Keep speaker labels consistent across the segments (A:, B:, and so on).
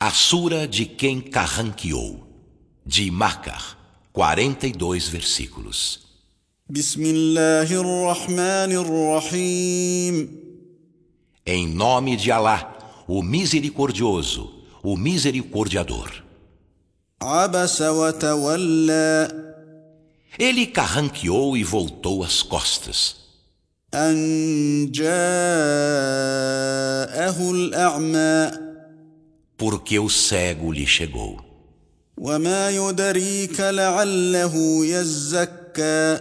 A: A Sura de quem carranqueou, de Macar, 42 versículos.
B: بسم الله الرحمن الرحيم
A: Em nome de Alá, o misericordioso, o misericordiador.
B: عبس وتولى
A: Ele carranqueou e voltou as costas,
B: أن جاءه الأعمى
A: porque o cego lhe chegou.
B: وما يدريك لعله يزكى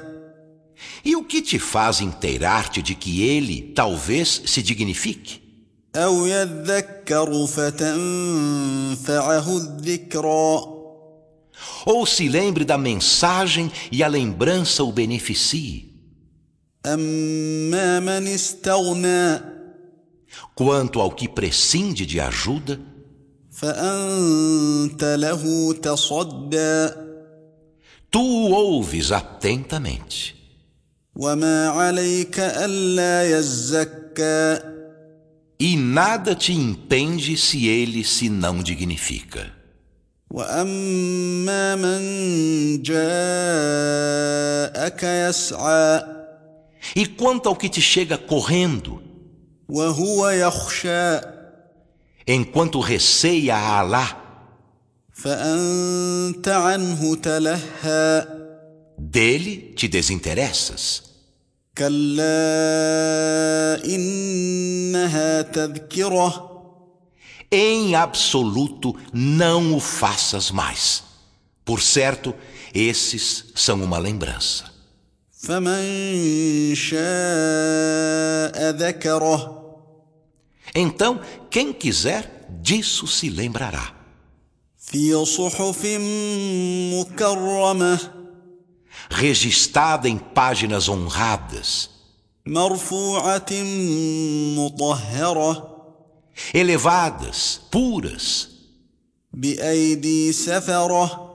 A: E o que te faz inteirar-te de que ele talvez se dignifique?
B: أو يذكر فتنفعه الذكرى
A: Ou se lembre da mensagem e a lembrança o beneficie?
B: أما من استغنى
A: Quanto ao que prescinde de ajuda,
B: فأنت له تصدى
A: tu o ouves atentamente.
B: وما عليك ألا يزكى
A: E nada te impende se ele se não dignifica.
B: وأما من جاءك يسعى
A: E quanto ao que te chega correndo,
B: وهو يخشى
A: enquanto receia a Alá,
B: فأنت عنه تلهى
A: dele te desinteressas.
B: كلا إنها تذكرة
A: Em absoluto não o faças mais. Por certo, esses são uma lembrança.
B: فمن شاء ذكره
A: Então, quem quiser, disso se lembrará.
B: في صحف مكرمة
A: Registrada em páginas honradas,
B: مرفوعة مطهرة
A: elevadas, puras,
B: بأيدي سفرة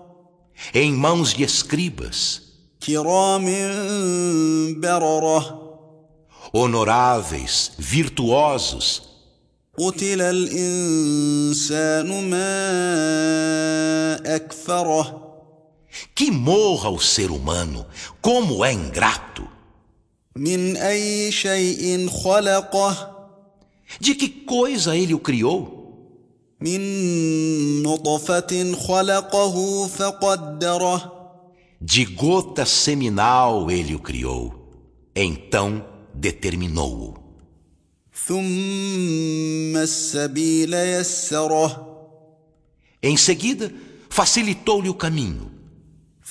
A: em mãos de escribas,
B: كرام بررة
A: honoráveis, virtuosos.
B: قتل الإنسان ما أكفره
A: Que morra o ser humano, como é ingrato!
B: من أي شيء خلقه
A: De que coisa ele o criou?
B: من نطفة خلقه فقدره
A: De gota seminal ele o criou. Então determinou-o.
B: ثم السبيل يسره
A: Em seguida, facilitou-lhe o caminho.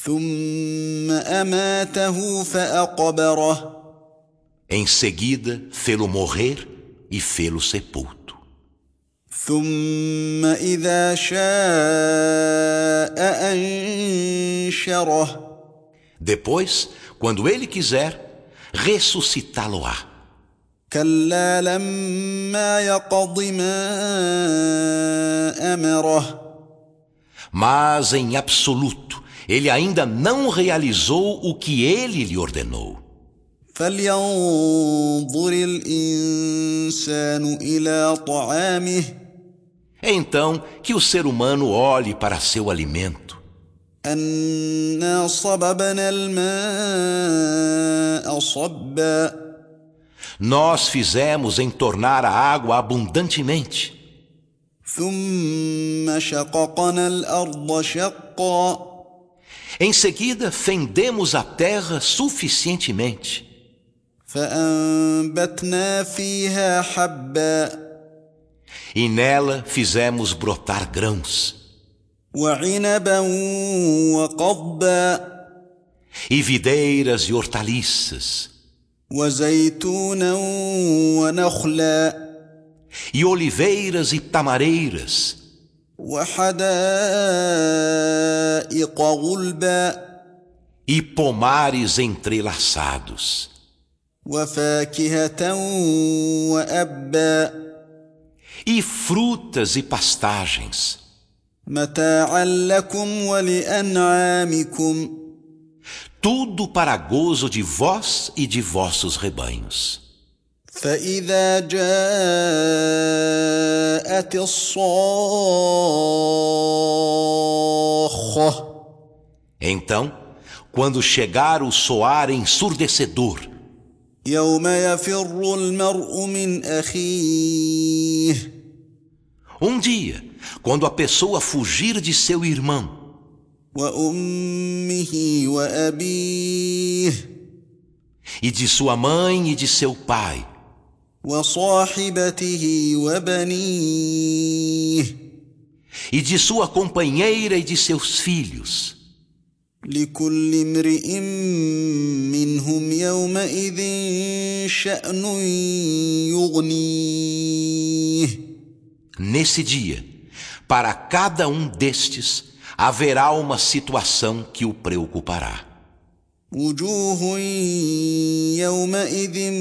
B: ثم أماته فأقبره
A: Em seguida, fê-lo morrer e fê-lo sepulto.
B: ثم إذا شاء أنشره
A: Depois, quando ele quiser, ressuscitá-lo-á.
B: كلا لما يقض ما أمره
A: Mas em absoluto, ele ainda não realizou o que ele lhe ordenou.
B: فلينظر الإنسان إلى طعامه
A: Então que o ser humano olhe para seu alimento,
B: أنا صببنا الماء صبا
A: nós fizemos em tornar a água abundantemente,
B: ثم شققنا الأرض شقا
A: em seguida fendemos a terra suficientemente,
B: فأنبتنا فيها حبا
A: e nela fizemos brotar grãos,
B: وعنبا وقضبا
A: e videiras e hortaliças,
B: وزيتونا ونخلا
A: e oliveiras e tamareiras,
B: وحدائق غلبا
A: e pomares entrelaçados.
B: وفاكهة وأبا
A: e frutas e pastagens,
B: متاعا لكم ولأنعامكم
A: tudo para gozo de vós e de vossos rebanhos.
B: فإذا جاء وجاءت الصاخه
A: Então, quando chegar o soar ensurdecedor,
B: يوم يفر المرء من اخيه
A: um dia, quando a pessoa fugir de seu irmão,
B: وامه وابيه
A: e de sua mãe e de seu pai,
B: وصاحبته وبنيه
A: e de sua companheira e de seus filhos,
B: لكل امرئ منهم يومئذ شان يغنيه
A: nesse dia, para cada um destes, haverá uma situação que o preocupará.
B: وجوه يومئذ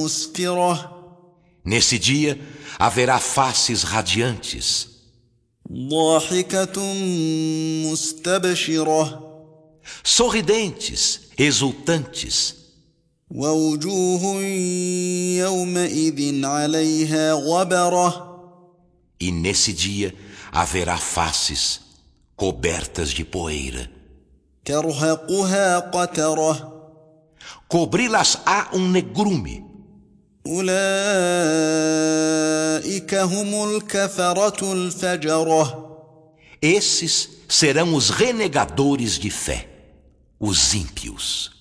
B: مسفره
A: Nesse dia, haverá faces radiantes,
B: ضاحكه مستبشره
A: sorridentes, exultantes,
B: ووجوه يومئذ عليها غبره
A: e nesse dia haverá faces cobertas de poeira.
B: ترهقها قتره
A: Cobri-las-á um negrume.
B: اولئك هم الكفره الفجره
A: Esses serão os renegadores de fé, os ímpios.